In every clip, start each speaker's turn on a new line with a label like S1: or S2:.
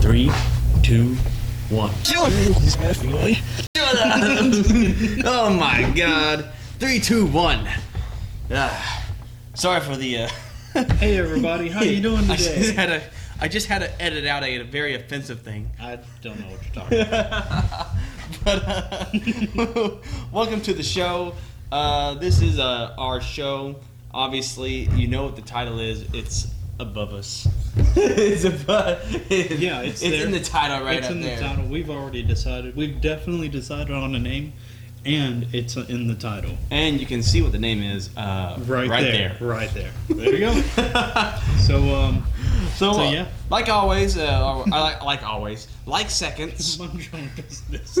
S1: Three, two, one. oh my god. Three, two, one. Ah, sorry for the. Uh,
S2: Hey everybody, how you doing
S1: I just
S2: today?
S1: had to. I just had to edit out a, very offensive thing.
S2: I don't know what you're talking about.
S1: But uh, welcome to the show. Uh, this is uh, our show. Obviously, you know what the title is. It's above us. it's above.
S2: Yeah, it's there.
S1: in the title right
S2: it's
S1: up
S2: in
S1: there.
S2: the title. We've already decided. We've definitely decided on a name, and it's in the title.
S1: And you can see what the name is uh,
S2: Right, there, Right there. There you go.
S1: go.
S2: so um,
S1: so,
S2: So,
S1: uh,
S2: yeah.
S1: like always, uh, I like, like always, like seconds.
S2: I'm trying to fix this.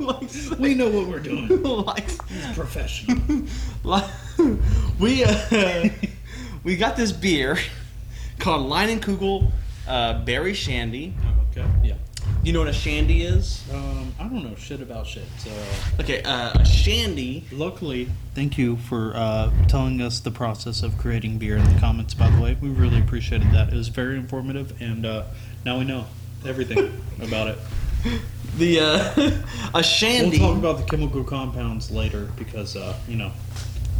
S1: like, sec-
S2: We know what we're doing.
S1: like,
S2: Professional.
S1: like, we uh, we got this beer called Line and Kugel uh, Berry Shandy.
S2: okay. Yeah.
S1: You know what a shandy is?
S2: Um, I don't know shit about shit. So
S1: Okay, uh, a shandy.
S2: luckily, thank you for uh, telling us the process of creating beer in the comments. By the way, we really appreciated that. It was very informative, and uh, now we know everything about it.
S1: The uh, a
S2: We'll
S1: shandy.
S2: talk about the chemical compounds later because, uh, you know,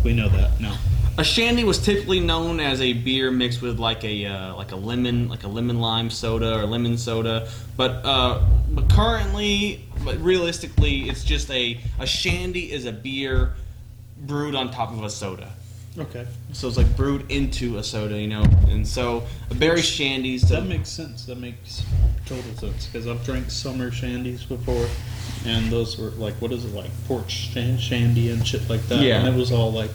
S2: we know that now.
S1: A shandy was typically known as a beer mixed with like a uh, like a lemon like a lemon lime soda or lemon soda, but uh, but currently, but realistically, it's just a a shandy is a beer brewed on top of a soda.
S2: Okay.
S1: So it's like brewed into a soda, you know. And so a berry shandy.
S2: That
S1: So
S2: makes sense. That makes total sense because I've drank summer shandies before, and those were like, what is it, like pork shan- shandy and shit like that?
S1: Yeah.
S2: And it was all like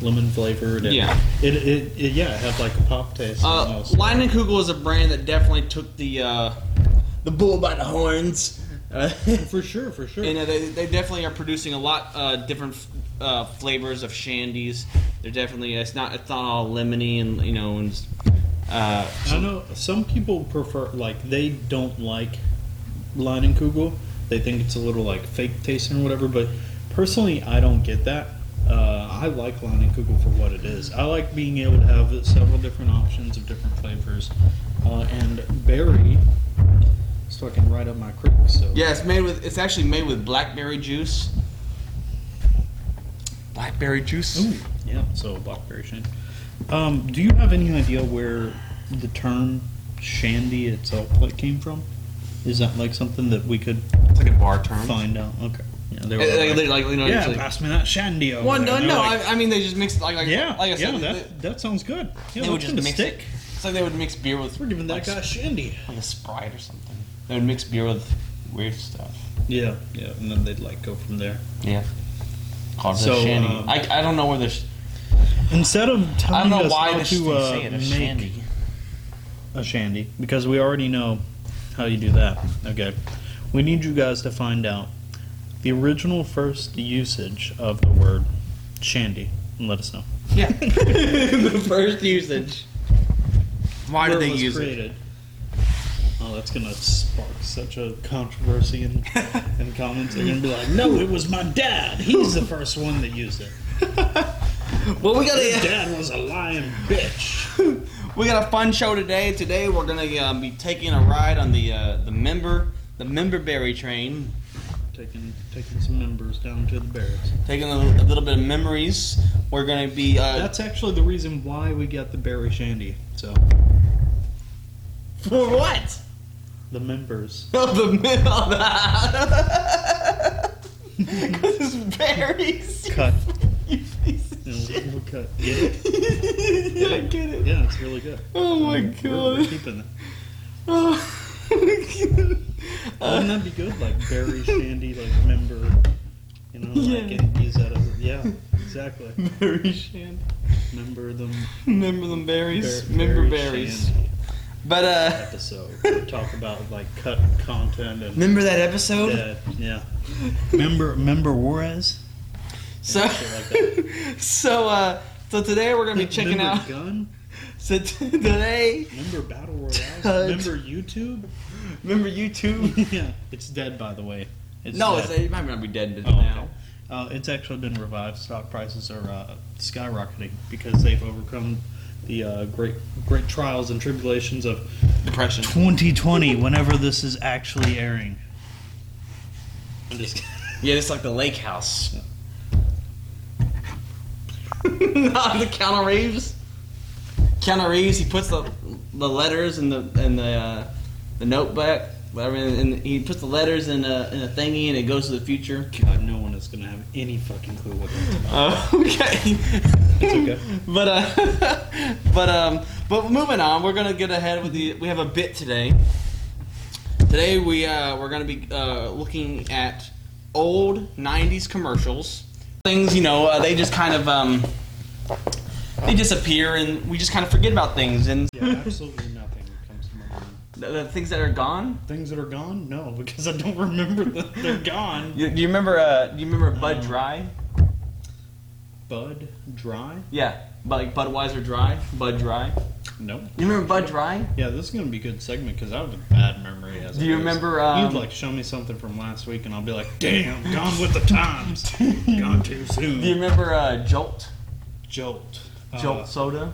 S2: lemon flavored. And
S1: Yeah.
S2: It, it, it, yeah, it had like a pop taste.
S1: uh,
S2: almost.
S1: Lion and Kugel is a brand that definitely took the uh, the bull by the horns. Uh,
S2: For sure, for sure.
S1: And uh, they, they definitely are producing a lot uh, different uh, flavors of shandies. They're definitely it's not it's not all lemony and you know and uh,
S2: I know some people prefer like they don't like line and kugel. They think it's a little like fake tasting or whatever. But personally, I don't get that. Uh, I like line and kugel for what it is. I like being able to have several different options of different flavors. Uh, and berry is fucking right up my creek. So
S1: yeah, it's made with it's actually made with blackberry juice. Blackberry juice.
S2: Ooh, yeah. So blackberry shandy. Um, do you have any idea where the term shandy itself like came from? Is that like something that we could
S1: It's like a bar term.
S2: Find out. Okay. Yeah, they
S1: Uh,
S2: like,
S1: Like, like, like, you know,
S2: yeah
S1: it's like-
S2: pass me that shandy over
S1: Well,
S2: there.
S1: no,
S2: And
S1: no.
S2: they're like,
S1: I, I mean, they just mix like like
S2: yeah,
S1: like I said,
S2: yeah,
S1: they,
S2: that, that sounds good. Yeah,
S1: they would
S2: that's
S1: just
S2: gonna
S1: mix
S2: stick.
S1: it. It's like they would mix beer with
S2: We're giving that
S1: like,
S2: guy shandy.
S1: like a Sprite or something. They would mix beer with weird stuff.
S2: Yeah, yeah, and then they'd like go from there.
S1: Yeah. Called
S2: So,
S1: the shandy.
S2: um,
S1: I, I don't know where the. Sh-
S2: Instead of
S1: I
S2: telling
S1: don't know
S2: us
S1: why
S2: how
S1: the sh-
S2: to
S1: they
S2: uh,
S1: say it, a
S2: make
S1: shandy.
S2: a Uh, shandy, because we already know how you do that. Okay, we need you guys to find out the original first usage of the word shandy and let us know.
S1: Yeah. the first usage. Why
S2: Where it was created. Oh, that's gonna spark such a controversy in, in comments. They're gonna be like, "No, it was my dad. He's the first one that used it.
S1: Well, we got
S2: His
S1: a
S2: dad was a lying bitch."
S1: we got a fun show today. Today we're gonna uh, be taking a ride on the uh, the member the member berry train,
S2: Taking taking some members down to the barracks.
S1: taking a, a little bit of memories. We're gonna be uh,
S2: That's actually the reason why we got the berry shandy. So
S1: for what?
S2: the members.
S1: Oh, the middle. Because it's berries.
S2: Cut.
S1: You pieces.
S2: You know, we'll cut. Get it?
S1: yeah, I get it.
S2: Yeah, it's really good. Um,
S1: Oh my
S2: We're, we're
S1: god.
S2: keeping it.
S1: Oh.
S2: Wouldn't that be good? Like berry shandy, like member. You know, like
S1: Yeah.
S2: and use that as a, yeah, exactly.
S1: Berry shandy.
S2: Remember them.
S1: Remember them berries.
S2: Ber-
S1: Remember
S2: Berry
S1: berries.
S2: Shandy
S1: But uh,
S2: episode. We talk about like cut content and
S1: remember that episode?
S2: dead. Yeah. Remember, remember Juarez.
S1: So,
S2: Shit
S1: so uh, so today we're gonna be checking
S2: remember
S1: out.
S2: Gun.
S1: So t- today,
S2: Remember Battle
S1: Cut.
S2: Royale. Remember YouTube.
S1: remember YouTube?
S2: yeah, it's dead by the way. It's
S1: no,
S2: dead.
S1: it's, it might not be dead
S2: Oh,
S1: now.
S2: okay. Uh, it's actually been revived. Stock prices are uh, skyrocketing because they've overcome the uh, great great trials and tribulations of
S1: Depression.
S3: 2020, whenever this is actually airing.
S2: I'm just kidding.
S1: Yeah, it's like the lake house. Not the Keanu Reeves. Keanu Reeves, he puts the the letters in the in the uh, the notebook, whatever, and, and he puts the letters in a in a thingy, and it goes to the future.
S2: God, no one is gonna have any fucking clue what that is.
S1: Uh, okay.
S2: okay.
S1: but uh, but um, but moving on, we're gonna get ahead with the. We have a bit today. Today we uh, we're gonna be uh, looking at old '90s commercials. Things you know, uh, they just kind of um, they disappear, and we just kind of forget about things and
S2: Yeah, absolutely nothing comes to my mind.
S1: the, the things that are gone.
S2: Things that are gone? No, because I don't remember that they're gone.
S1: You, do you remember? Uh, do you remember Bud
S2: Um.
S1: Dry?
S2: Bud dry?
S1: Yeah, but like Budweiser Dry, Bud Dry.
S2: Nope.
S1: You remember Bud Dry?
S2: Yeah, this is gonna be a good segment because I have a bad memory. As
S1: Do
S2: it
S1: you
S2: is.
S1: remember, um,
S2: You'd like show me something from last week, and I'll be like, "Damn, gone with the times, gone too soon."
S1: Do you remember uh, Jolt?
S2: Jolt. Uh,
S1: Jolt soda.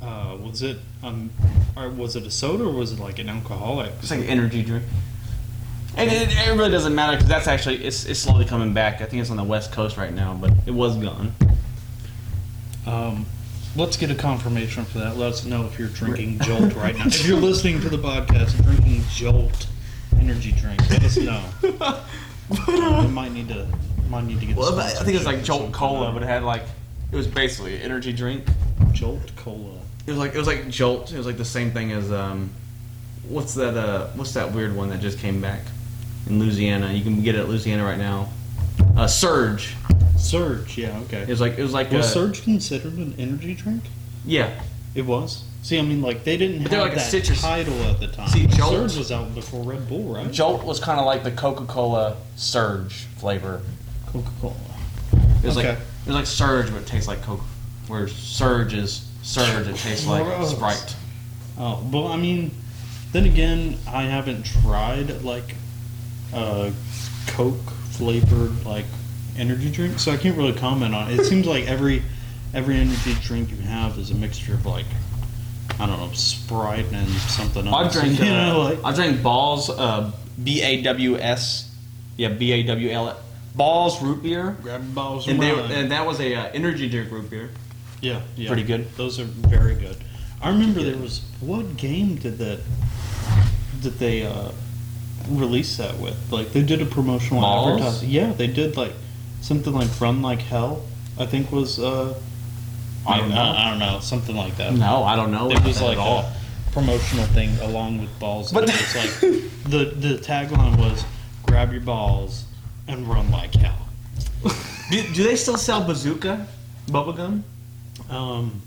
S2: Uh, was it um, or was it a soda or was it like an alcoholic?
S1: It's like an energy drink. And it, it really doesn't matter because that's actually it's, it's slowly coming back. I think it's on the west coast right now, but it was gone.
S2: Um, let's get a confirmation for that. Let us know if you're drinking Jolt right now. If you're listening to the podcast, and drinking Jolt energy drink. Let us know. we might need to might need to get.
S1: uh, Well, I think it was like
S2: sponsorship or
S1: Jolt
S2: something.
S1: Cola, but it had like it was basically an energy drink.
S2: Jolt Cola.
S1: It was like it was like Jolt. It was like the same thing as um, what's that uh, what's that weird one that just came back in Louisiana? You can get it at Louisiana right now. Uh, Surge.
S2: Surge. Yeah. Okay.
S1: It was like it was like
S2: Was
S1: uh,
S2: Surge considered an energy drink?
S1: Yeah,
S2: It was. See, I mean, like they didn't have
S1: But they're like a
S2: that
S1: citrus-
S2: title at the time.
S1: See, Jolt-
S2: Surge was out before Red Bull, right?
S1: Jolt was kind of like the Coca Cola Surge flavor.
S2: Coca Cola.
S1: It was like
S2: Okay.
S1: it was like Surge, but it tastes like Coke. Where Surge is Surge, it tastes like
S2: Gross.
S1: Sprite.
S2: Oh well, I mean, then again, I haven't tried like uh, Coke flavored like energy drink, so I can't really comment on it. It seems like every every energy drink you have is a mixture of like I don't know Sprite and something
S1: I
S2: else.
S1: drank
S2: you
S1: uh,
S2: know, like
S1: I drank Balls uh, B A W S, yeah B A W L Balls root beer,
S2: grab bottles of
S1: and, they,
S2: wine.
S1: and that was a uh, energy drink root beer.
S2: Yeah, yeah.
S1: Pretty good.
S2: Those are very good. I remember there was what game did that did they uh, release that with? Like they did a promotional
S1: Malls?
S2: advertising. Yeah, they did like something like Run Like Hell. I think was uh,
S1: I don't
S2: I,
S1: know.
S2: I don't know something like that.
S1: No, I don't know.
S2: It was
S1: about
S2: like
S1: that at all.
S2: a promotional thing along with balls.
S1: But-
S2: But it's like the the tagline was "Grab your balls and run like hell."
S1: Do, do they still sell Bazooka bubblegum?
S2: Um,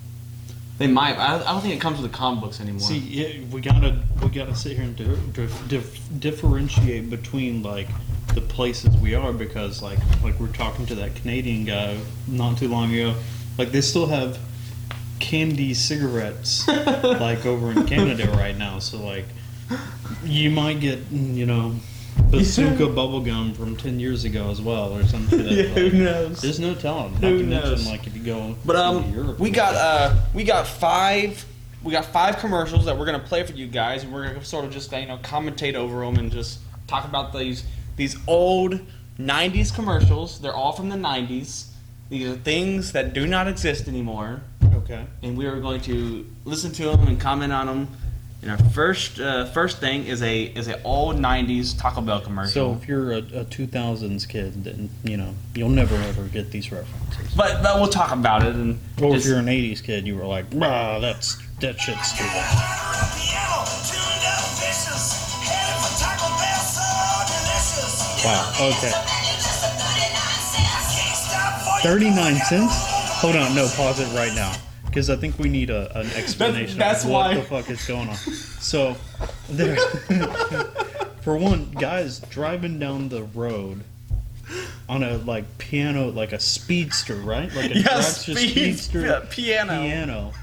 S1: They might. I, I don't think it comes with the comic books anymore.
S2: See, yeah, we gotta we gotta sit here and di- dif- dif- differentiate between like the places we are because like like we're talking to that Canadian guy not too long ago, like they still have candy cigarettes like over in Canada right now. So like you might get you know bazooka bubblegum from ten years ago as well or something. Like that. Like,
S1: knows?
S2: there's no telling. Not
S1: Who
S2: to mention,
S1: knows?
S2: Like if you go
S1: But
S2: to
S1: um,
S2: Europe,
S1: we got uh, we got five, we got five commercials that we're gonna play for you guys, and we're gonna sort of just uh, you know commentate over them and just talk about these these old '90s commercials. They're all from the '90s. These are things that do not exist anymore,
S2: okay.
S1: and we are going to listen to them and comment on them. And our first uh, first thing is a is a old '90s Taco Bell
S2: So
S1: commercial.
S2: if you're a, a 2000s kid, then you know you'll never ever get these references.
S1: but but we'll talk about it and
S2: Or
S1: just-
S2: if you're an 80s kid, you were like, "Bah, that's that shit's stupid."
S4: Wow,
S2: okay.
S4: okay.
S2: 39 cents? Hold on, no, pause it right now because I think we need a, an explanation.
S1: that's
S2: of what
S1: why.
S2: the fuck is going on. So, there. for one, guys driving down the road. On a like piano, like a speedster, right? Like a
S1: yeah,
S2: dragster
S1: speed, yeah, piano.
S2: piano,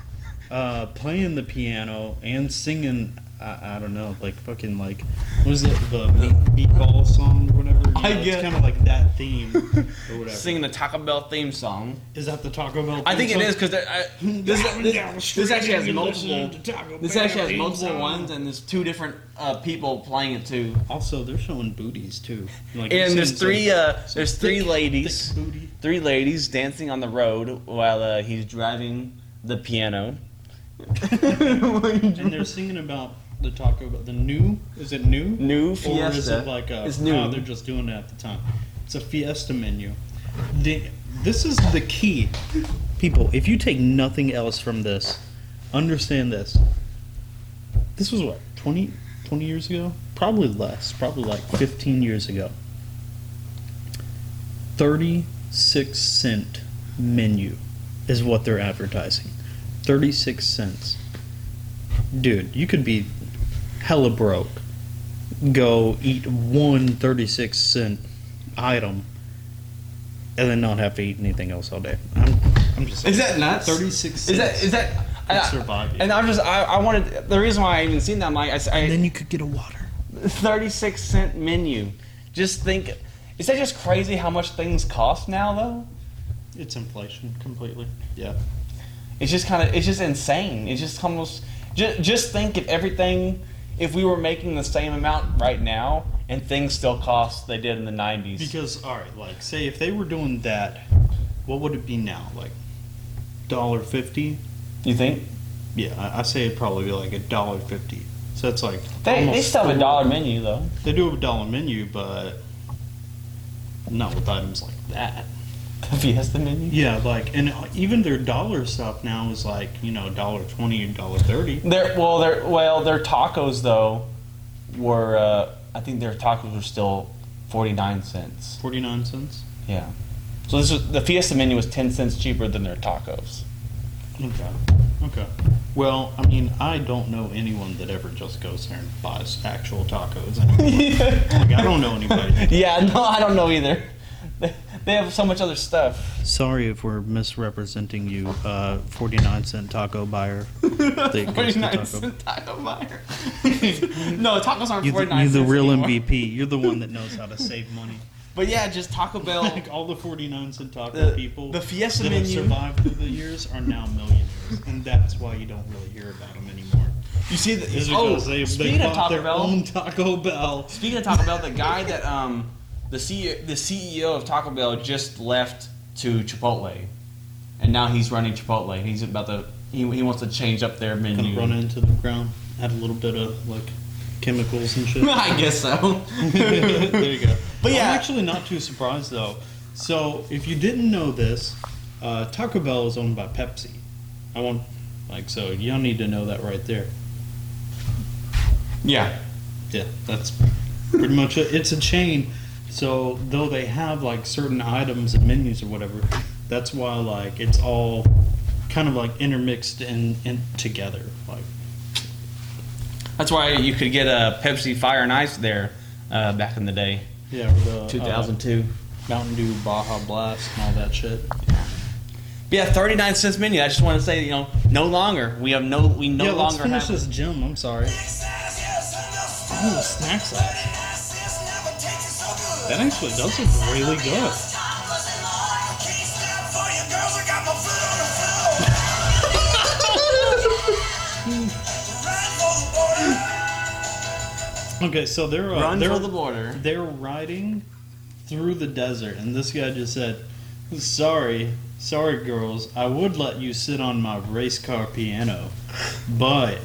S2: uh, playing the piano and singing I, I don't know, like fucking like what was it the meat, meatball song or whatever? You
S1: I get-
S2: it's kind of like that theme or whatever.
S1: Singing the Taco Bell theme song.
S2: Is that the Taco Bell?
S1: I think it
S2: theme
S1: is
S2: song?
S1: because this,
S2: Driving
S1: this,
S2: down the
S1: this
S2: street
S1: actually has
S2: and
S1: multiple.
S2: listening to Taco
S1: This
S2: Bell
S1: actually has
S2: theme
S1: multiple
S2: song.
S1: ones, and there's two different uh, people playing it too.
S2: Also, they're showing booties too. Like,
S1: And
S2: it
S1: there's
S2: seems
S1: three.
S2: like
S1: Uh, there's three
S2: thick-
S1: ladies.
S2: thick booty.
S1: Three ladies dancing on the road while uh, he's driving the piano.
S2: and they're singing about the Taco Bell. The new is it new?
S1: New
S2: Or is
S1: Fiesta.
S2: it like a,
S1: It's new.
S2: oh, they're just doing it at the time. It's a Fiesta menu. The, this is the key, people. If you take nothing else from this, understand this. This was what 20, 20 years ago, probably less, probably like fifteen years ago. Thirty-six cent menu is what they're advertising. Thirty-six cents dude, you could be hella broke. Go eat one 36 cent item and then not have to eat anything else all day. I'm, I'm just
S1: Is that nuts?
S2: 36 cents.
S1: Is that is that? I-
S2: It's surviving.
S1: And I'm just I, I wanted the reason why I even seen that Mike. I, s- I-
S3: Then you could get a water.
S1: 36 cent menu. Just think, is that just crazy how much things cost now though?
S2: it's inflation completely. Yeah.
S1: It's just kind of, it's just insane. It's just almost, just, just think if everything, if we were making the same amount right now and things still cost they did in the 90s.
S2: Because, all right, like, say if they were doing that, what would it be now? Like, $1.50?
S1: you think?
S2: Yeah, I, I say it'd probably be like a dollar fifty. So that's like
S1: They, they
S2: almost
S1: still have a
S2: four-
S1: dollar menu though.
S2: They do have a dollar menu, but not with items like that.
S1: The Fiesta menu.
S2: Yeah, like, and even their dollar stuff now is like, you know, dollar twenty and dollar thirty.
S1: Their, well, their, well, their tacos though were, uh, I think their tacos were still 49 cents.
S2: Forty nine cents.
S1: Yeah. So this was the Fiesta menu was ten cents cheaper than their tacos.
S2: Okay. Okay. Well, I mean, I don't know anyone that ever just goes there and buys actual tacos. Anymore.
S1: yeah,
S2: like, I don't know anybody.
S1: no, I don't know either. They, they have so much other stuff.
S3: Sorry if we're misrepresenting you, uh, 49 cent taco buyer. that goes to
S1: 49
S3: Taco
S1: cent taco buyer. no, tacos aren't
S3: You're the,
S1: 49
S3: you're the
S1: cents
S3: real
S1: anymore.
S3: MVP. You're the one that knows how
S2: How
S3: to
S2: to save money.
S1: But yeah, just Taco Bell.
S2: Like all the forty nine cent taco
S1: The-
S2: people,
S1: the Fiesta
S2: that
S1: menu.
S2: have survived through the years are now millionaires, and that's why you don't really hear about them anymore.
S1: you see the
S2: Is
S1: oh,
S2: because they,
S1: speaking
S2: they
S1: of
S2: bought
S1: Taco
S2: their
S1: Bell,
S2: own Taco Bell.
S1: speaking of Taco Bell, the guy that um the C the CEO of Taco Bell just left to Chipotle, and now he's running Chipotle. He's about to he, he wants to change up their menu.
S2: Kind of run into the ground, add a little bit of like chemicals and shit.
S1: I guess so.
S2: there you go.
S1: But yeah.
S2: I'm actually not too surprised though. So, if you didn't know this, uh, Taco Bell is owned by Pepsi. I want, like, so you don't need to know that right there.
S1: yeah.
S2: Yeah, that's pretty much it. It's a chain. So, though they have like certain items and menus or whatever, that's why like it's all kind of like intermixed and, and together. Like,
S1: That's why you could get a Pepsi Fire and Ice there uh, back in the day.
S2: yeah, with, uh, uh,
S1: 2002.
S2: Mountain Dew, Baja Blast, and all that shit.
S1: Yeah, 39 cents menu. I just want to say, you know, no longer. We have no, we no
S2: yeah, let's
S1: longer
S2: finish
S1: have.
S2: this gym. I'm sorry. Ooh, snack size. That actually does look really good. Okay, so they're uh,
S1: Run
S2: they're
S1: for the border.
S2: they're riding through the desert, and this guy just said, "Sorry, sorry, girls. I would let you sit on my race car piano, but."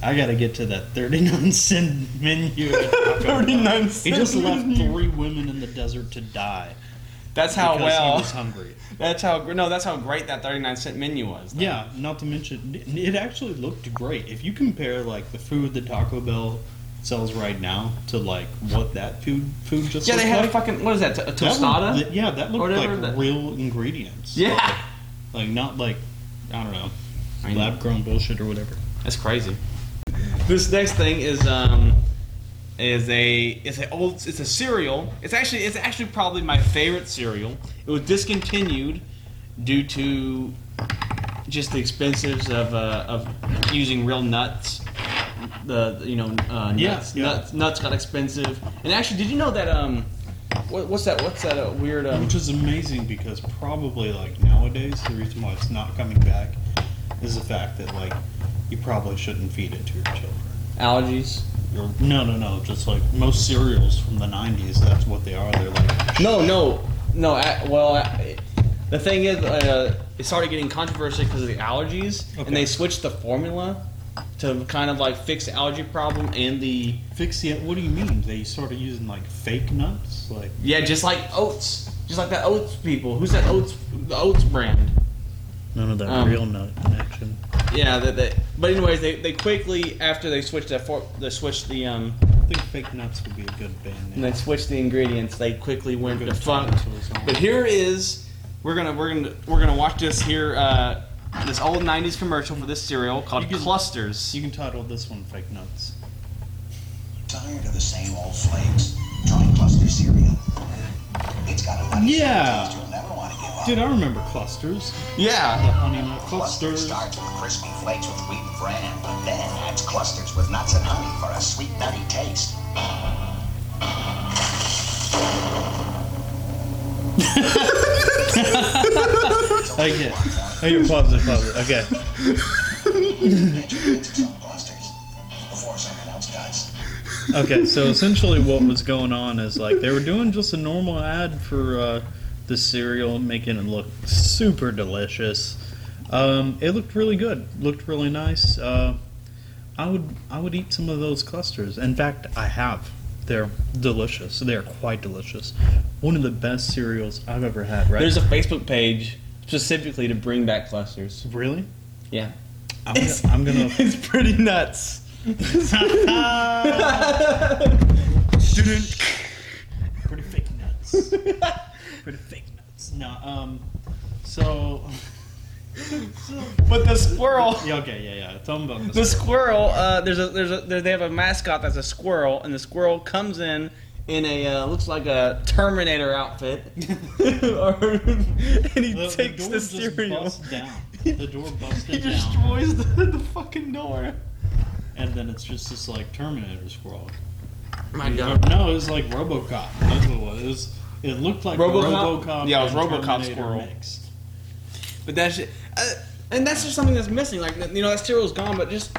S2: I gotta get to that 39 cent menu. at Taco Bell."
S1: 39
S2: He
S1: cent
S2: just left three women in the desert to die
S1: That's how
S2: because
S1: Oh, well.
S2: he was hungry.
S1: That's how no. That's how great that 39 cent menu was.
S2: Yeah, not to mention, it actually looked great. If you compare like the food that Taco Bell sells right now to like what that food food just
S1: Yeah, they
S2: looked
S1: had a
S2: like,
S1: fucking what is that? A
S2: that
S1: tostada?
S2: looked- yeah, that looked
S1: whatever
S2: like
S1: that-
S2: real ingredients.
S1: yeah.
S2: like, like, not like I don't know,
S1: I know.
S2: lab grown bullshit or whatever.
S1: That's crazy. This next thing is um is a it's a old it's a cereal. It's actually it's actually probably my favorite cereal. It was discontinued due to just the expenses of uh, of using real nuts. the you know uh,
S2: Yeah,
S1: nuts,
S2: yeah.
S1: nuts nuts got expensive. And actually, did you know that um, what, what's that? What's that uh, weird? Um,
S2: Which is amazing because probably like nowadays the reason why it's not coming back is the fact that like you probably shouldn't feed it to your children.
S1: allergies.
S2: Your, no, no, no. Just like most cereals from the '90s, that's what they are. They're like
S1: No, no, no. I, well, I, the thing is, uh, it started getting controversial because of the allergies,
S2: Okay.
S1: and they switched the formula to kind of like fix the allergy problem and the
S2: fix it. What do you mean? They started using like fake nuts, like
S1: yeah, just like oats, just like that oats people. Who's that oats? The oats brand.
S3: None of that
S1: Um,
S3: real nut connection.
S1: Yeah, that. that but anyways, they, they quickly after they switched that for they switched the um
S2: I think fake nuts would be a good band
S1: and
S2: name.
S1: they switched the ingredients. They quickly went
S2: Good
S1: to funk.
S2: title to a song.
S1: But here is we're gonna we're gonna we're gonna watch this here uh, this old '90s commercial for this cereal called
S2: You can-
S1: Clusters.
S2: You can title this one "Fake Nuts."
S4: Tired of the same old flakes? Try cluster cereal. It's got a nutty
S2: Yeah.
S4: taste you'll never want to give up.
S2: Dude, I remember clusters. The
S1: yeah,
S2: honey nut
S4: Cluster
S2: clusters.
S4: starts with crispy flakes with wheat and bran, but then adds clusters with nuts and honey for a sweet, nutty taste.
S3: I get. Hey, you pause it, pause it. Okay.
S4: Get your hands on some clusters before someone else does.
S3: Okay, so essentially what was going on is like they were doing just a normal ad for uh, the cereal, making it look super delicious. Um, it looked really good, looked really nice. Uh, I would I would eat some of those clusters. In fact, I have. They're delicious. They are quite delicious. One of the best cereals I've ever had. Right?
S1: there's a Facebook page specifically to bring back clusters.
S3: really.
S1: Yeah,
S3: I'm gonna, I'm gonna
S1: it's pretty nuts.
S2: Pretty fake nuts. Pretty fake nuts. No, um, so. so-
S1: But the squirrel.
S2: yeah, okay, yeah, yeah. Tell them about
S1: The
S2: this.
S1: squirrel, uh, there's a there's a there, they have a mascot that's a squirrel, and the squirrel comes in in a uh, looks like a Terminator outfit, Or- and he takes the, cereal.
S2: busts down. The door
S1: He
S2: busted down,
S1: destroys the, the fucking door.
S2: and then it's just this like Terminator squirrel.
S1: My
S2: Or- No, it was like RoboCop. That's what it was. It, was- it looked like RoboCop.
S1: RoboCop?
S2: RoboCop
S1: Yeah, it was
S2: and
S1: RoboCop
S2: Terminator
S1: squirrel.
S2: Mixed.
S1: But that shit, uh, and that's just something that's missing. Like you know, that cereal's gone, but just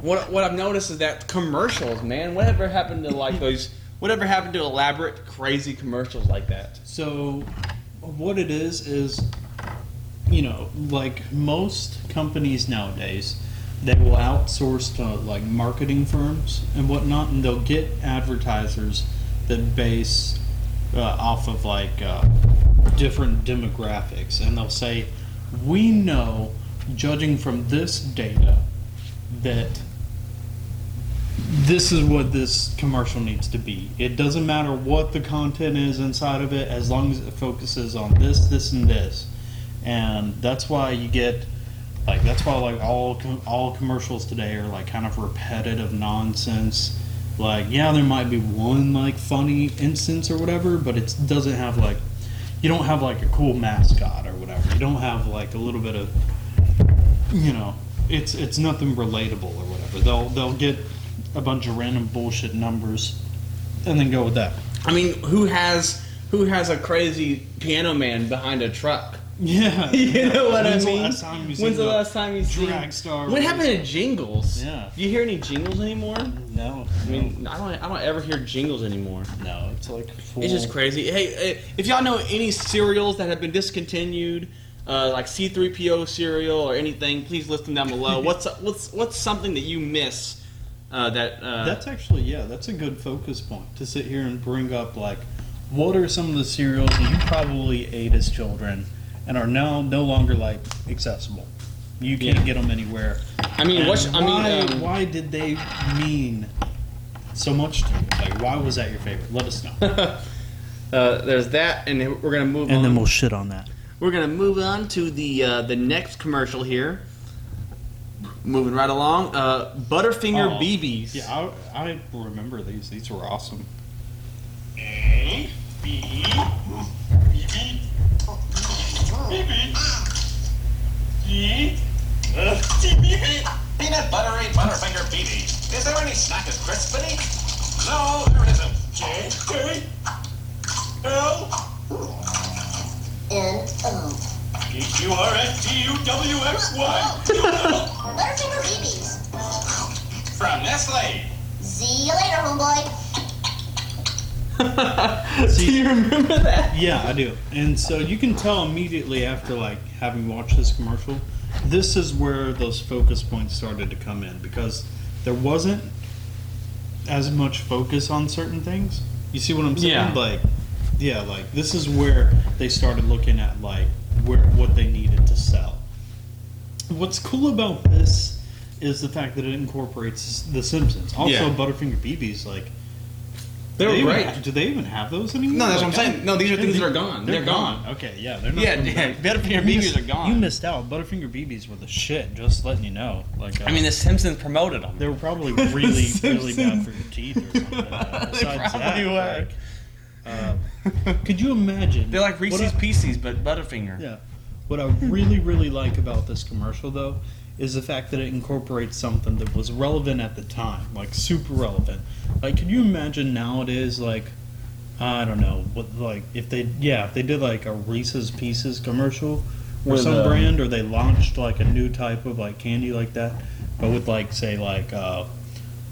S1: what what I've noticed is that commercials, man. Whatever happened to like those? Whatever happened to elaborate, crazy commercials like that?
S2: So, what it is is, you know, like most companies nowadays, they will outsource to like marketing firms and whatnot, and they'll get advertisers that base uh, off of like uh, different demographics, and they'll say, "We know, judging from this data, that." this is what this commercial needs to be. It doesn't matter what the content is inside of it, as long as it focuses on this, this, and this. And that's why you get, like, that's why like all com- all commercials today are like kind of repetitive nonsense. Like, yeah, there might be one like funny instance or whatever, but it doesn't have like, you don't have like a cool mascot or whatever. You don't have like a little bit of you know, it's it's nothing relatable or whatever. They'll they'll get a bunch of random bullshit numbers and then go with that.
S1: I mean, who has who has a crazy piano man behind a truck?
S2: Yeah.
S1: You know what
S2: When's
S1: I
S2: the
S1: mean?
S2: last time you
S1: When's
S2: seen
S1: the
S2: the
S1: last time you seen
S2: drag star
S1: What
S2: was-
S1: happened to jingles?
S2: Yeah.
S1: Do you hear any jingles anymore? I
S2: No. I mean
S1: mean, I don't. I don't ever hear jingles anymore.
S2: no, it's like full,
S1: It's just crazy. Hey, eh, if y'all know any cereals that have been discontinued, uh, like C3PO cereal or anything, please list them down below. what's what's what's something that you miss? Uh, that uh,
S2: That's actually yeah, that's a good focus point to sit here and bring up like what are some of the cereals that you probably ate as children and are now no longer like accessible. You can't
S1: Yeah.
S2: get them anywhere.
S1: I mean, what's,
S2: And
S1: I
S2: why,
S1: mean, um,
S2: why did they mean so much to you? Like, why was that your favorite? Let us know.
S1: uh, there's that, and then we're gonna move on.
S3: and
S2: Um,
S3: then we'll shit on that.
S1: We're gonna move on to the uh, the next commercial here. Moving right along, uh, Butterfinger
S2: Oh,
S1: BBs.
S2: Yeah, I, I remember these. These were awesome.
S4: A, B, B, B, B, B, Peanut buttery butterfinger BB. Is there any snack as crispity? No, there isn't. Jay, Jerry, L,
S5: And oh,
S4: Q R S T U W X Y.
S5: Butterfinger BBs.
S4: From Nestle.
S5: See you later, homeboy.
S1: Do you remember that?
S2: Yeah, I do. And so you can tell immediately after like having watched this commercial, this is where those focus points started to come in because there wasn't as much focus on certain things. You see what I'm saying?
S1: Yeah.
S2: Like yeah, like this is where they started looking at like where what they needed to sell. What's cool about this is the fact that it incorporates The Simpsons. Also,
S1: Yeah.
S2: Butterfinger BBs, like
S1: They
S2: do
S1: were
S2: even
S1: great.
S2: ha- do they even have those anymore?
S1: No, that's what I'm
S2: Like, I-
S1: saying. No, these are things that are gone. They're gone.
S2: Okay, yeah, they're not.
S1: Yeah,
S2: coming
S1: yeah,
S2: back.
S1: Butterfinger
S2: You
S1: BBs
S2: missed-
S1: are gone.
S2: You missed out. Butterfinger BBs were the shit. Just letting you know. Like, uh,
S6: I mean, The Simpsons promoted them.
S2: they were probably really, really bad
S1: Simpsons.
S2: for your teeth or something. Uh,
S1: They
S2: besides
S6: probably
S2: that, like, uh, could you imagine?
S6: They're like
S2: what
S6: Reese's
S2: I-
S6: Pieces, but Butterfinger.
S2: Yeah. What I really, really like about this commercial, though, is the fact that it incorporates something that was relevant at the time, like super relevant. Like, can you imagine nowadays, like, I don't know, what, like, if they, yeah, if they did like a Reese's Pieces commercial or
S3: With,
S2: some
S3: uh,
S2: brand, or they launched like a new type of like candy like that, but with like, say, like, uh,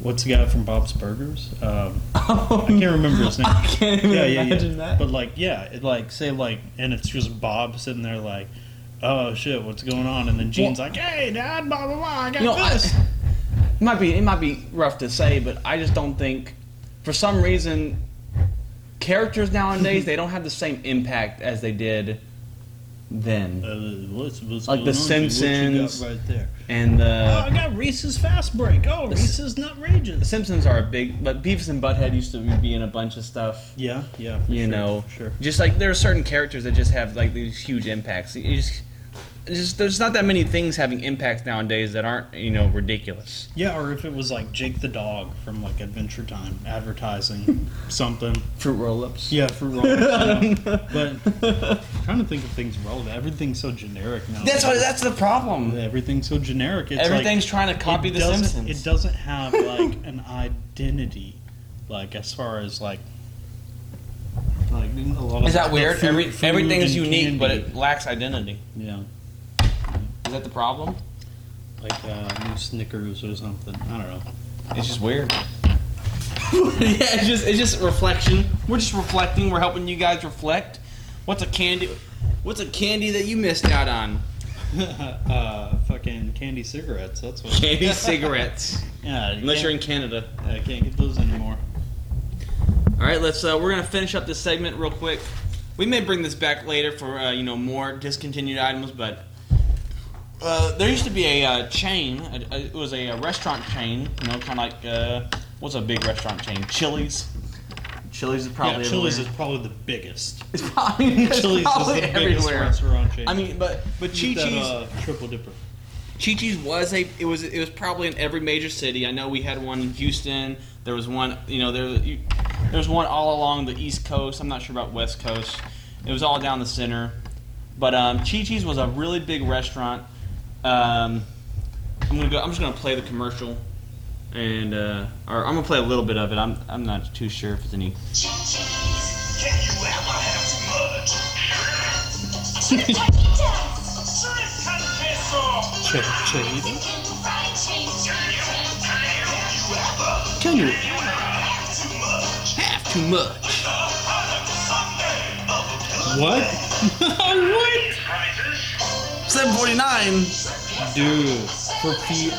S2: what's the guy from Bob's Burgers? Um, I can't remember his name.
S1: I can't even
S2: yeah, yeah,
S1: imagine
S2: yeah.
S1: that.
S2: But like, yeah, it like say like, and it's just Bob sitting there like, oh shit, what's going on? And then Gene's like, hey, Dad, blah blah blah, I got
S6: You know, I-
S2: this.
S6: It might be it might be rough to say, but I just don't think, for some reason, characters nowadays they don't have the same impact as they did then.
S2: Uh, what's, what's
S6: Like
S2: going on? What you
S6: The
S2: got
S6: Simpsons.
S2: right there.
S6: And
S2: oh,
S6: uh,
S2: I got Reese's Fast Break. Oh, Reese's
S6: The
S2: Nutrageous.
S6: Simpsons are a big, but Beavis and Butthead used to be in a bunch of stuff.
S2: Yeah, yeah. for
S6: You
S2: sure,
S6: know,
S2: for sure.
S6: just like there are certain characters that just have like these huge impacts. You just, just there's not that many things having impacts nowadays that aren't you know ridiculous.
S2: Yeah, or if it was like Jake the dog from like Adventure Time advertising something.
S6: Fruit roll-ups.
S2: Yeah, for wrong. you know. But I'm trying to think of things relevant. Everything's so generic now.
S6: That's what. That's the problem.
S2: Everything's so generic. It's like,
S6: Everything's trying to copy
S2: it
S6: The
S2: doesn't-
S6: Simpsons.
S2: It doesn't have like an identity, like as far as like. Like, a lot of
S6: Is that
S2: the
S6: weird?
S2: food-
S6: Every,
S2: food
S6: everything is
S2: and
S6: unique, but
S2: candy.
S6: it lacks identity.
S2: yeah,
S6: Is that the problem?
S2: like uh, new Snickers or something. I don't know.
S6: It's just weird.
S1: yeah, it's just it's just reflection. We're just reflecting. We're helping you guys reflect. What's a candy? What's a candy that you missed out on?
S2: uh, fucking candy cigarettes. That's what.
S1: Candy cigarettes.
S2: Yeah, you
S1: Unless you're in
S2: can't-
S1: Canada.
S2: I can't get those anymore.
S1: All right, let's. Uh, we're gonna finish up this segment real quick. We may bring this back later for uh, you know more discontinued items, but uh, there used to be a uh, chain. A, a- it was a, uh restaurant chain. You know, kind of like uh, what's a big restaurant chain? Chili's. Chili's is
S2: Yeah,
S1: probably
S2: Chili's is
S1: everywhere.
S2: probably the biggest.
S1: It's probably, it's
S2: Chili's is the
S1: probably
S2: biggest
S1: everywhere.
S2: restaurant chain.
S1: I mean, but but
S2: Get
S1: Chi
S2: that,
S1: Chi's
S2: uh, triple dipper.
S1: Chi Chi's was a it was it was probably in every major city. I know we had one in Houston. There was one, you know, there you, there was one all along the East Coast. I'm not sure about West Coast. It was all down the center. But um, Chi Chi's was a really big restaurant. Um, I'm gonna go. I'm just gonna play the commercial, and uh, or I'm gonna play a little bit of it. I'm I'm not too sure if it's any.
S4: Can you ever have smudge?
S2: Check, check it.
S1: Can you have too much?
S2: What?
S1: Seven forty nine.
S2: Dude, for feet,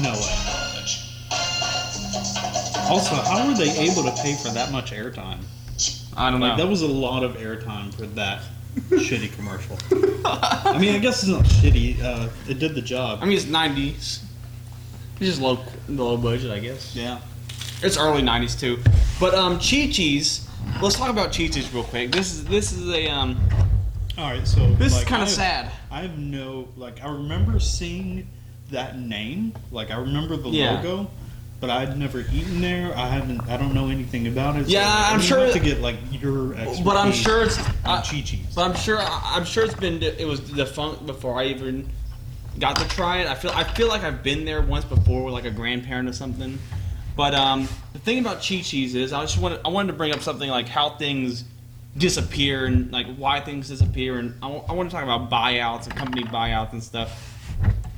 S2: no way. Also, how were they able to pay for that much airtime?
S1: I don't
S2: Like, that
S1: know.
S2: was a lot of airtime for that shitty commercial. I mean, I guess it's not shitty. Uh, it did the job.
S1: I mean, it's 90s. It's just low low budget, I guess.
S2: yeah.
S1: It's early '90s too, but um, Chi Chi's. Let's talk about Chi Chi's real quick. This is this is a um.
S2: All right, so
S1: This
S2: like,
S1: is kind
S2: I have-
S1: of sad.
S2: I have no like. I remember seeing that name. Like I remember the
S1: Yeah.
S2: logo, but I'd never eaten there. I haven't. I don't know anything about it. so
S1: Yeah,
S2: I'm
S1: I'm sure-
S2: have to get like your expertise.
S1: But I'm sure it's.
S2: on
S1: I,
S2: Chi Chi's.
S1: but I'm sure I- I'm sure it's been it was defunct before I even got to try it. I feel I feel like I've been there once before with like a grandparent or something. But um, the thing about Chi Chi's is I just wanted I wanted to bring up something like how things disappear and like why things disappear and I want to talk about buyouts and company buyouts and stuff.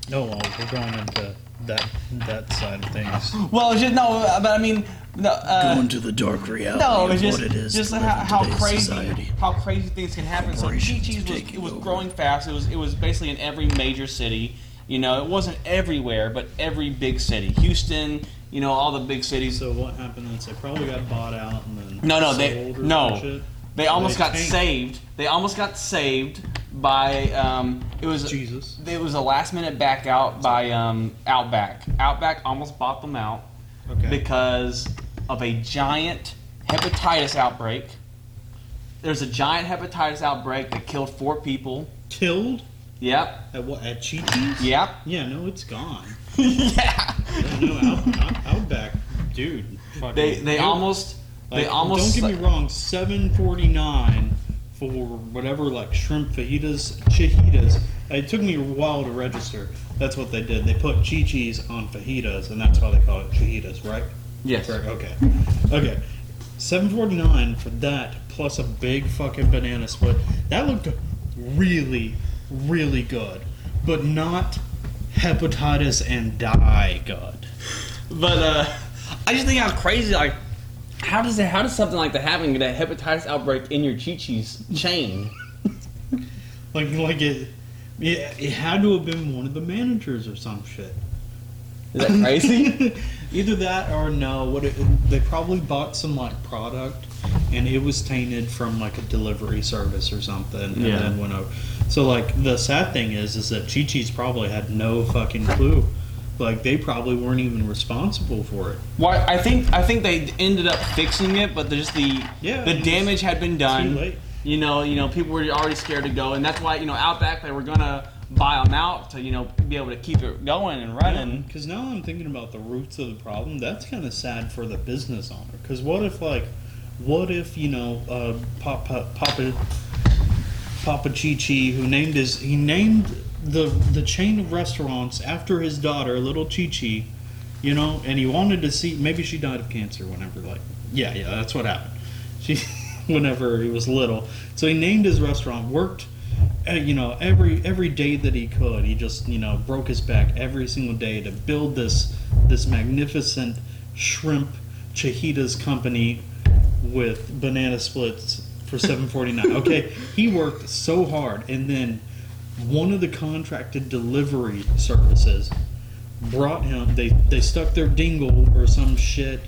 S3: No, well, we're going into that that side of things.
S6: Well, it's just no, but I mean, no, uh,
S7: Going to the dark reality
S6: no,
S7: of
S6: it's just
S7: what it is
S6: just
S7: to
S6: how,
S7: live in
S6: how
S7: today's
S6: crazy
S7: society.
S6: how crazy things can happen. So Chi
S7: Corporations
S6: Chi's was it
S7: taking
S6: was
S7: over.
S6: growing fast. It was it was basically in every major city. You know, it wasn't everywhere, but every big city, Houston, you know, all the big cities.
S2: So what happened is they probably got bought out and then
S6: No, no, they
S2: sold or some
S6: no,
S2: shit.
S6: they almost
S2: They
S6: got
S2: tanked.
S6: saved. They almost got saved by um, it was
S2: Jesus.
S6: It was a last minute back out by um, Outback. Outback almost bought them out
S2: Okay.
S6: because of a giant hepatitis outbreak. There's a giant hepatitis outbreak that killed four people.
S2: killed
S6: Yep,
S2: at what at Chi Chi's?
S6: yep,
S2: Yeah, no, it's gone.
S6: yeah.
S2: No, out, out, Outback, dude. fucking-
S6: They they
S2: dude,
S6: almost they
S2: like,
S6: almost
S2: Don't get me wrong. Seven forty nine for whatever like shrimp fajitas, chihitas. It took me a while to register. That's what they did. They put Chi Chi's on fajitas, and that's why they call it chihitas, right?
S6: yes.
S2: Right, okay. Okay. 749 for that plus a big fucking banana split. That looked really, really good. But not hepatitis and die good.
S1: But uh,
S6: I just think how crazy like how does it, how does something like that happen? Get a hepatitis outbreak in your Chi-Chi's chain?
S2: Like like it it, it had to have been one of the managers or some shit.
S6: Is that crazy?
S2: Either that or no. What it, they probably bought some like product, and it was tainted from like a delivery service or something, and
S1: Yeah.
S2: then went over. So like the sad thing is, is that Chi Chi's probably had no fucking clue. Like they probably weren't even responsible for it.
S1: why I think I think they ended up fixing it, but there's the
S2: Yeah,
S1: the
S2: it was
S1: damage had been done.
S2: late.
S1: You know, you know, people were already scared to go, and that's why you know Outback they were gonna buy them out to you know be able to keep it going and running.
S2: Because now I'm thinking about the roots of the problem. That's kind of sad for the business owner. Because what if, like, what if you know, uh, Papa Papa Papa Chi Chi, who named his he named the the chain of restaurants after his daughter, little Chi Chi, you know, and he wanted to see maybe she died of cancer whenever, like, yeah, yeah, that's what happened. She whenever he was little, so he named his restaurant. Worked uh, you know every every day that he could he just you know broke his back every single day to build this this magnificent shrimp chahitas company with banana splits for 749 okay he worked so hard and then one of the contracted delivery services brought him they they stuck their dingle or some shit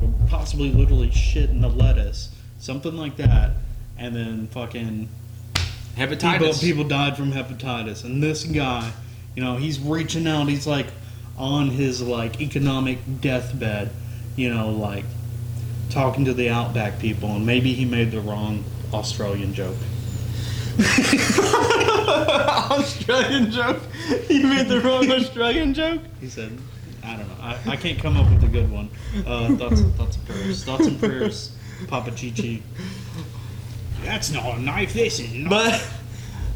S2: or possibly literally shit in the lettuce something like that and then fucking People,
S1: Hepatitis.
S2: people died from hepatitis, and this guy, you know, he's reaching out. He's like on his like economic deathbed, you know, like talking to the outback people, and maybe he made the wrong Australian joke.
S1: Australian joke. You made the wrong Australian joke.
S2: He said, "I don't know. I, I can't come up with a good one. Uh, thoughts, thoughts and prayers. Thoughts and prayers. Papa Chi Chi. That's not a knife. This is not."
S1: But
S2: He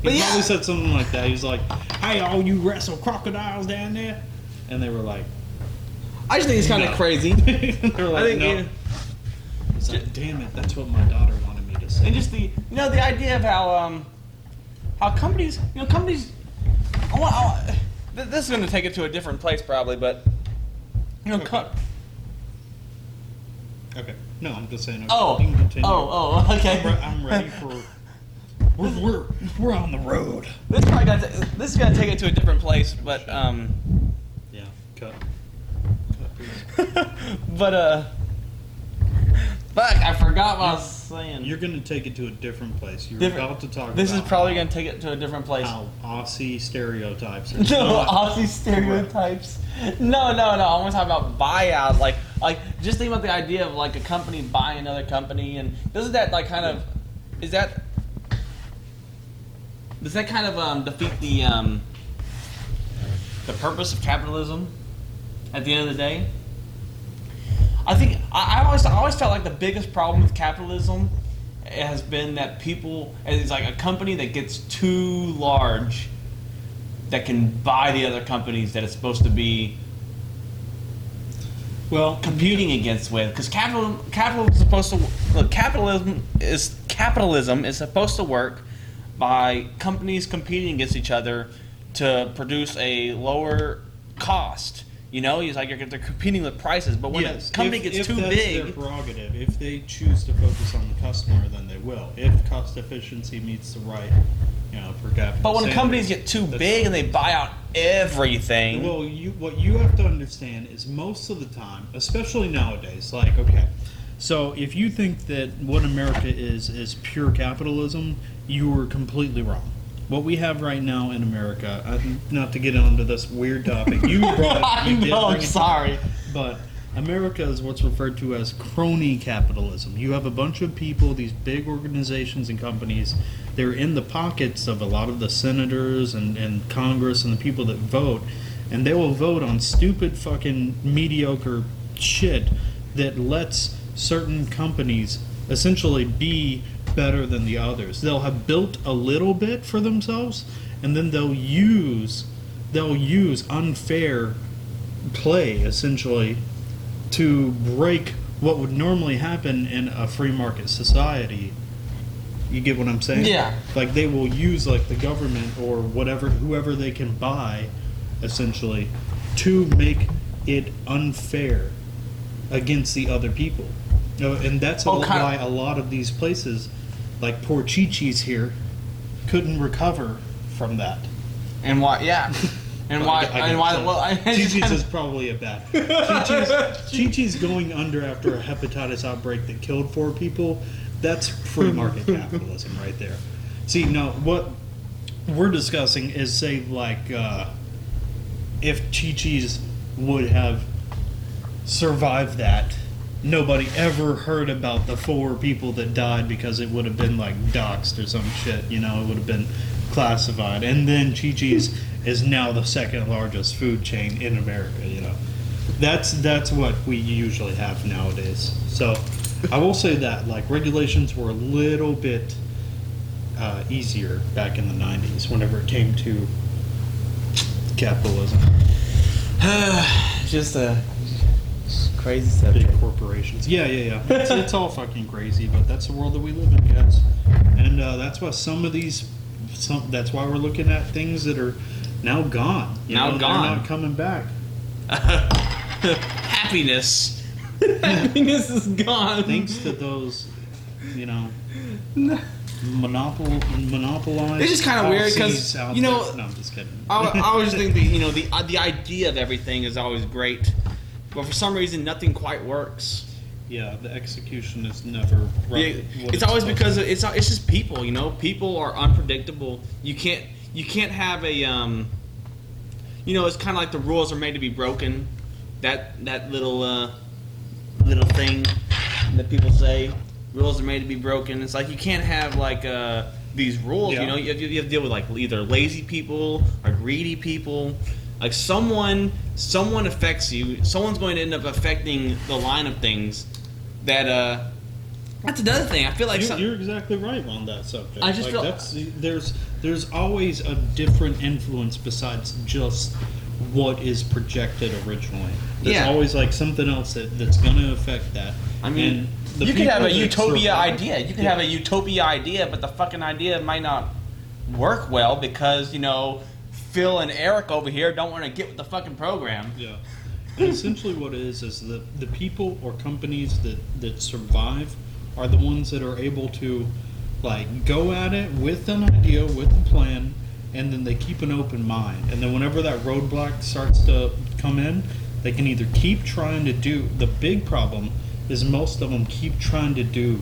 S1: But yeah.
S2: probably said something like that. He was like, "Hey, all you wrestle crocodiles down there," and they were like,
S1: I just think it's kind of
S2: No.
S1: crazy.
S2: they were like,
S1: I think
S2: "No."
S1: yeah.
S2: It's like, damn it, that's what my daughter wanted me to say.
S6: and just the you know the idea of how um how companies you know companies I want, I want, th- this is going to take it to a different place probably but you know co-
S2: okay, no, I'm just saying. Okay,
S6: oh
S2: you can
S6: oh
S2: continue.
S6: oh okay
S2: I'm, re- I'm ready for. We're, we're we're on the road.
S6: this probably got to, this is going to take it to a different place but um
S2: Yeah, cut.
S6: but uh fuck I forgot what I was saying
S2: You're gonna take it to a different place. You're
S6: Different-
S2: about to talk.
S6: this is
S2: about
S6: probably going to take it to a different place
S2: how Aussie stereotypes. Are
S6: No,
S2: not-
S6: Aussie stereotypes. No, no, no. I want to talk about buyout. Like, like just think about the idea of like a company buying another company, and doesn't that like kind of, is that, does that kind of um, defeat the um, the purpose of capitalism? At the end of the day, I think I, I always I always felt like the biggest problem with capitalism has been that people it's like a company that gets too large that can buy the other companies that it's supposed to be
S2: Well,
S6: competing against with because capital capital is supposed to look, capitalism is capitalism is supposed to work by companies competing against each other to produce a lower cost. You know, it's like you're, they're competing with prices, but when
S2: yes,
S6: a company
S2: if,
S6: gets
S2: if
S6: too
S2: that's their
S6: big,
S2: prerogative. If they choose to focus on the customer, then they will. If cost efficiency meets the right, you know, per capita.
S6: but when
S2: standards,
S6: companies get too
S2: that's-
S6: big and they buy out everything,
S2: Well, you, what you have to understand is most of the time, especially nowadays, like, okay, so if you think that what America is is pure capitalism, you were completely wrong. What we have right now in America, uh, not to get onto this weird topic, you brought
S6: I
S2: it, you did
S6: know,
S2: bring
S6: I'm
S2: it
S6: sorry.
S2: but America is what's referred to as crony capitalism. You have a bunch of people, these big organizations and companies, they're in the pockets of a lot of the senators and, and Congress and the people that vote, and they will vote on stupid fucking mediocre shit that lets certain companies essentially be better than the others. They'll have built a little bit for themselves, and then they'll use they'll use unfair play essentially to break what would normally happen in a free market society. You get what I'm saying?
S6: Yeah.
S2: Like they will use like the government or whatever whoever they can buy essentially to make it unfair against the other people. You know, and that's
S6: Oh, kind of-
S2: why a lot of these places like poor Chi Chi's here couldn't recover from that.
S6: and why? Yeah, and why?
S2: I- I can
S6: and why?
S2: tell.
S6: Well, I,
S2: Chi-Chi's is probably a bad. Chi-Chi's, Chi-Chi's going under after a hepatitis outbreak that killed four people. That's free market capitalism right there. See, now what we're discussing is say like uh, if Chi-Chi's would have survived that. Nobody ever heard about the four people that died because it would have been like doxed or some shit, you know, it would have been classified. And then Chi Chi's is now the second largest food chain in America, you know. That's that's what we usually have nowadays. So I will say that like regulations were a little bit uh, easier back in the 90s whenever it came to capitalism,
S6: just a crazy subject.
S2: big corporations. Yeah, yeah, yeah. It's, it's all fucking crazy, but that's the world that we live in, guys. And uh, that's why some of these, some that's why we're looking at things that are now gone. You
S6: Now
S2: know, They're
S6: gone.
S2: not coming back.
S6: happiness. happiness is gone.
S2: thanks to those, you know, monopol monopolized.
S6: It's just kinda weird 'cause,
S2: policies out
S6: you know-
S2: there. no, I'm just kidding.
S6: I, I always think that you know the uh, the idea of everything is always great, but for some reason nothing quite works.
S2: yeah, the execution is never right.
S6: The-
S2: what
S6: it's always
S2: supposed
S6: because it's it's just people. You know, people are unpredictable. You can't you can't have a um. You know, it's kind of like the rules are made to be broken. That that little uh, little thing that people say, rules are made to be broken. It's like you can't have like uh, these rules.
S2: Yeah.
S6: You know, you have, you have to deal with like either lazy people or greedy people. Like someone, someone affects you. Someone's going to end up affecting the line of things. That uh, that's another thing. I feel like
S2: You're,
S6: some,
S2: you're exactly right on that subject.
S6: I just
S2: like
S6: feel-
S2: that's there's there's always a different influence besides just what is projected originally. There's
S6: Yeah.
S2: always like something else that, that's going to affect that.
S6: I mean,
S2: And the
S6: you could have
S2: people
S6: a
S2: that
S6: utopia
S2: survive-
S6: idea. You could
S2: Yeah.
S6: have a utopia idea, but the fucking idea might not work well because you know Phil and Eric over here don't want to get with the fucking program.
S2: Yeah. And essentially, what it is is the the people or companies that that survive are the ones that are able to like go at it with an idea, with a plan, and then they keep an open mind. And then whenever that roadblock starts to come in, they can either keep trying to do. The big problem is most of them keep trying to do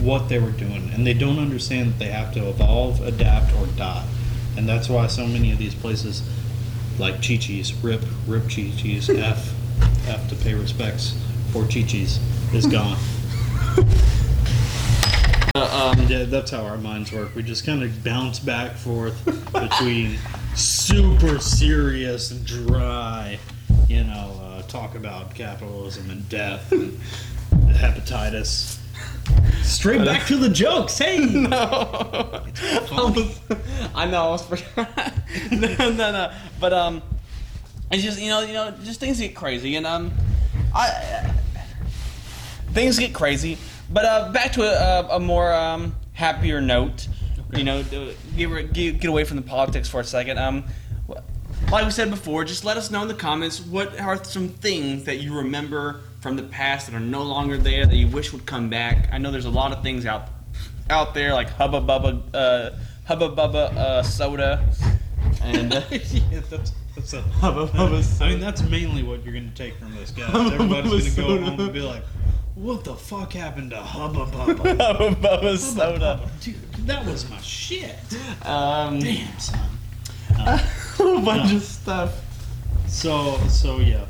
S2: what they were doing, and they don't understand that they have to evolve, adapt, or die. And that's why so many of these places like Chi Chi's, rip, rip Chi Chi's, F, F to pay respects for Chi Chi's is gone. yeah, that's how our minds work. We just kind of bounce back forth between super serious and dry, you know, uh, talk about capitalism and death and hepatitis Straight back to the jokes. Hey,
S6: No. I, was- I know. I was for- no, no, no. But um, it's just you know, you know, just things get crazy, and um, I things get crazy. But uh, back to a, a, a more um happier note. You know, d- get, ri- get get away from the politics for a second. Um, wh- like we said before, just let us know in the comments what are some things that you remember from the past that are no longer there that you wish would come back. I know there's a lot of things out out there like Hubba Bubba uh, Hubba Bubba uh, soda and uh,
S2: yeah, that's, that's a, I mean, that's mainly what you're going to take from this, guys. Everybody's going to go home and be like, "What the fuck happened to Hubba Bubba?"
S6: Hubba Bubba soda.
S2: Dude, that was my shit.
S6: Um,
S2: Damn, son.
S6: a bunch of stuff.
S2: So, so yeah,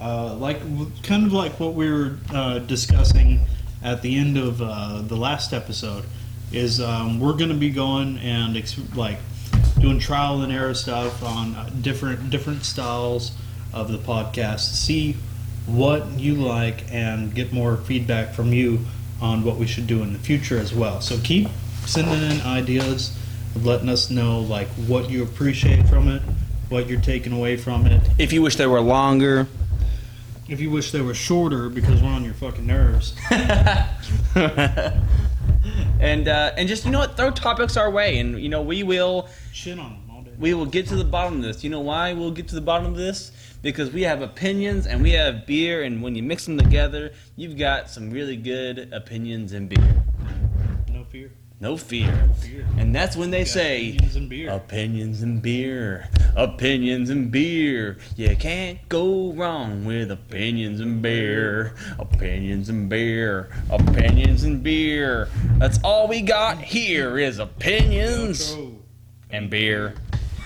S2: uh, like w- kind of like what we were uh, discussing at the end of uh, the last episode is um, we're going to be going and ex- like doing trial and error stuff on uh, different different styles of the podcast. See what you like and get more feedback from you on what we should do in the future as well. So keep sending in ideas, letting us know like what you appreciate from it, what you're taking away from it.
S6: If you wish they were longer.
S2: If you wish they were shorter because we're on your fucking nerves.
S6: and uh, and just you know what, throw topics our way, and you know we will
S2: Shit on them all day.
S6: we will get to the bottom of this. You know why we'll get to the bottom of this? Because we have opinions and we have beer, and when you mix them together, you've got some really good opinions and beer.
S2: No fear.
S6: No fear.
S2: Beer.
S6: And that's when they say Uh,
S2: Opinions and beer.
S6: opinions and beer, opinions and beer. You can't go wrong with opinions and beer, opinions and beer, opinions and beer. That's all we got here is opinions
S2: Outro.
S6: and beer.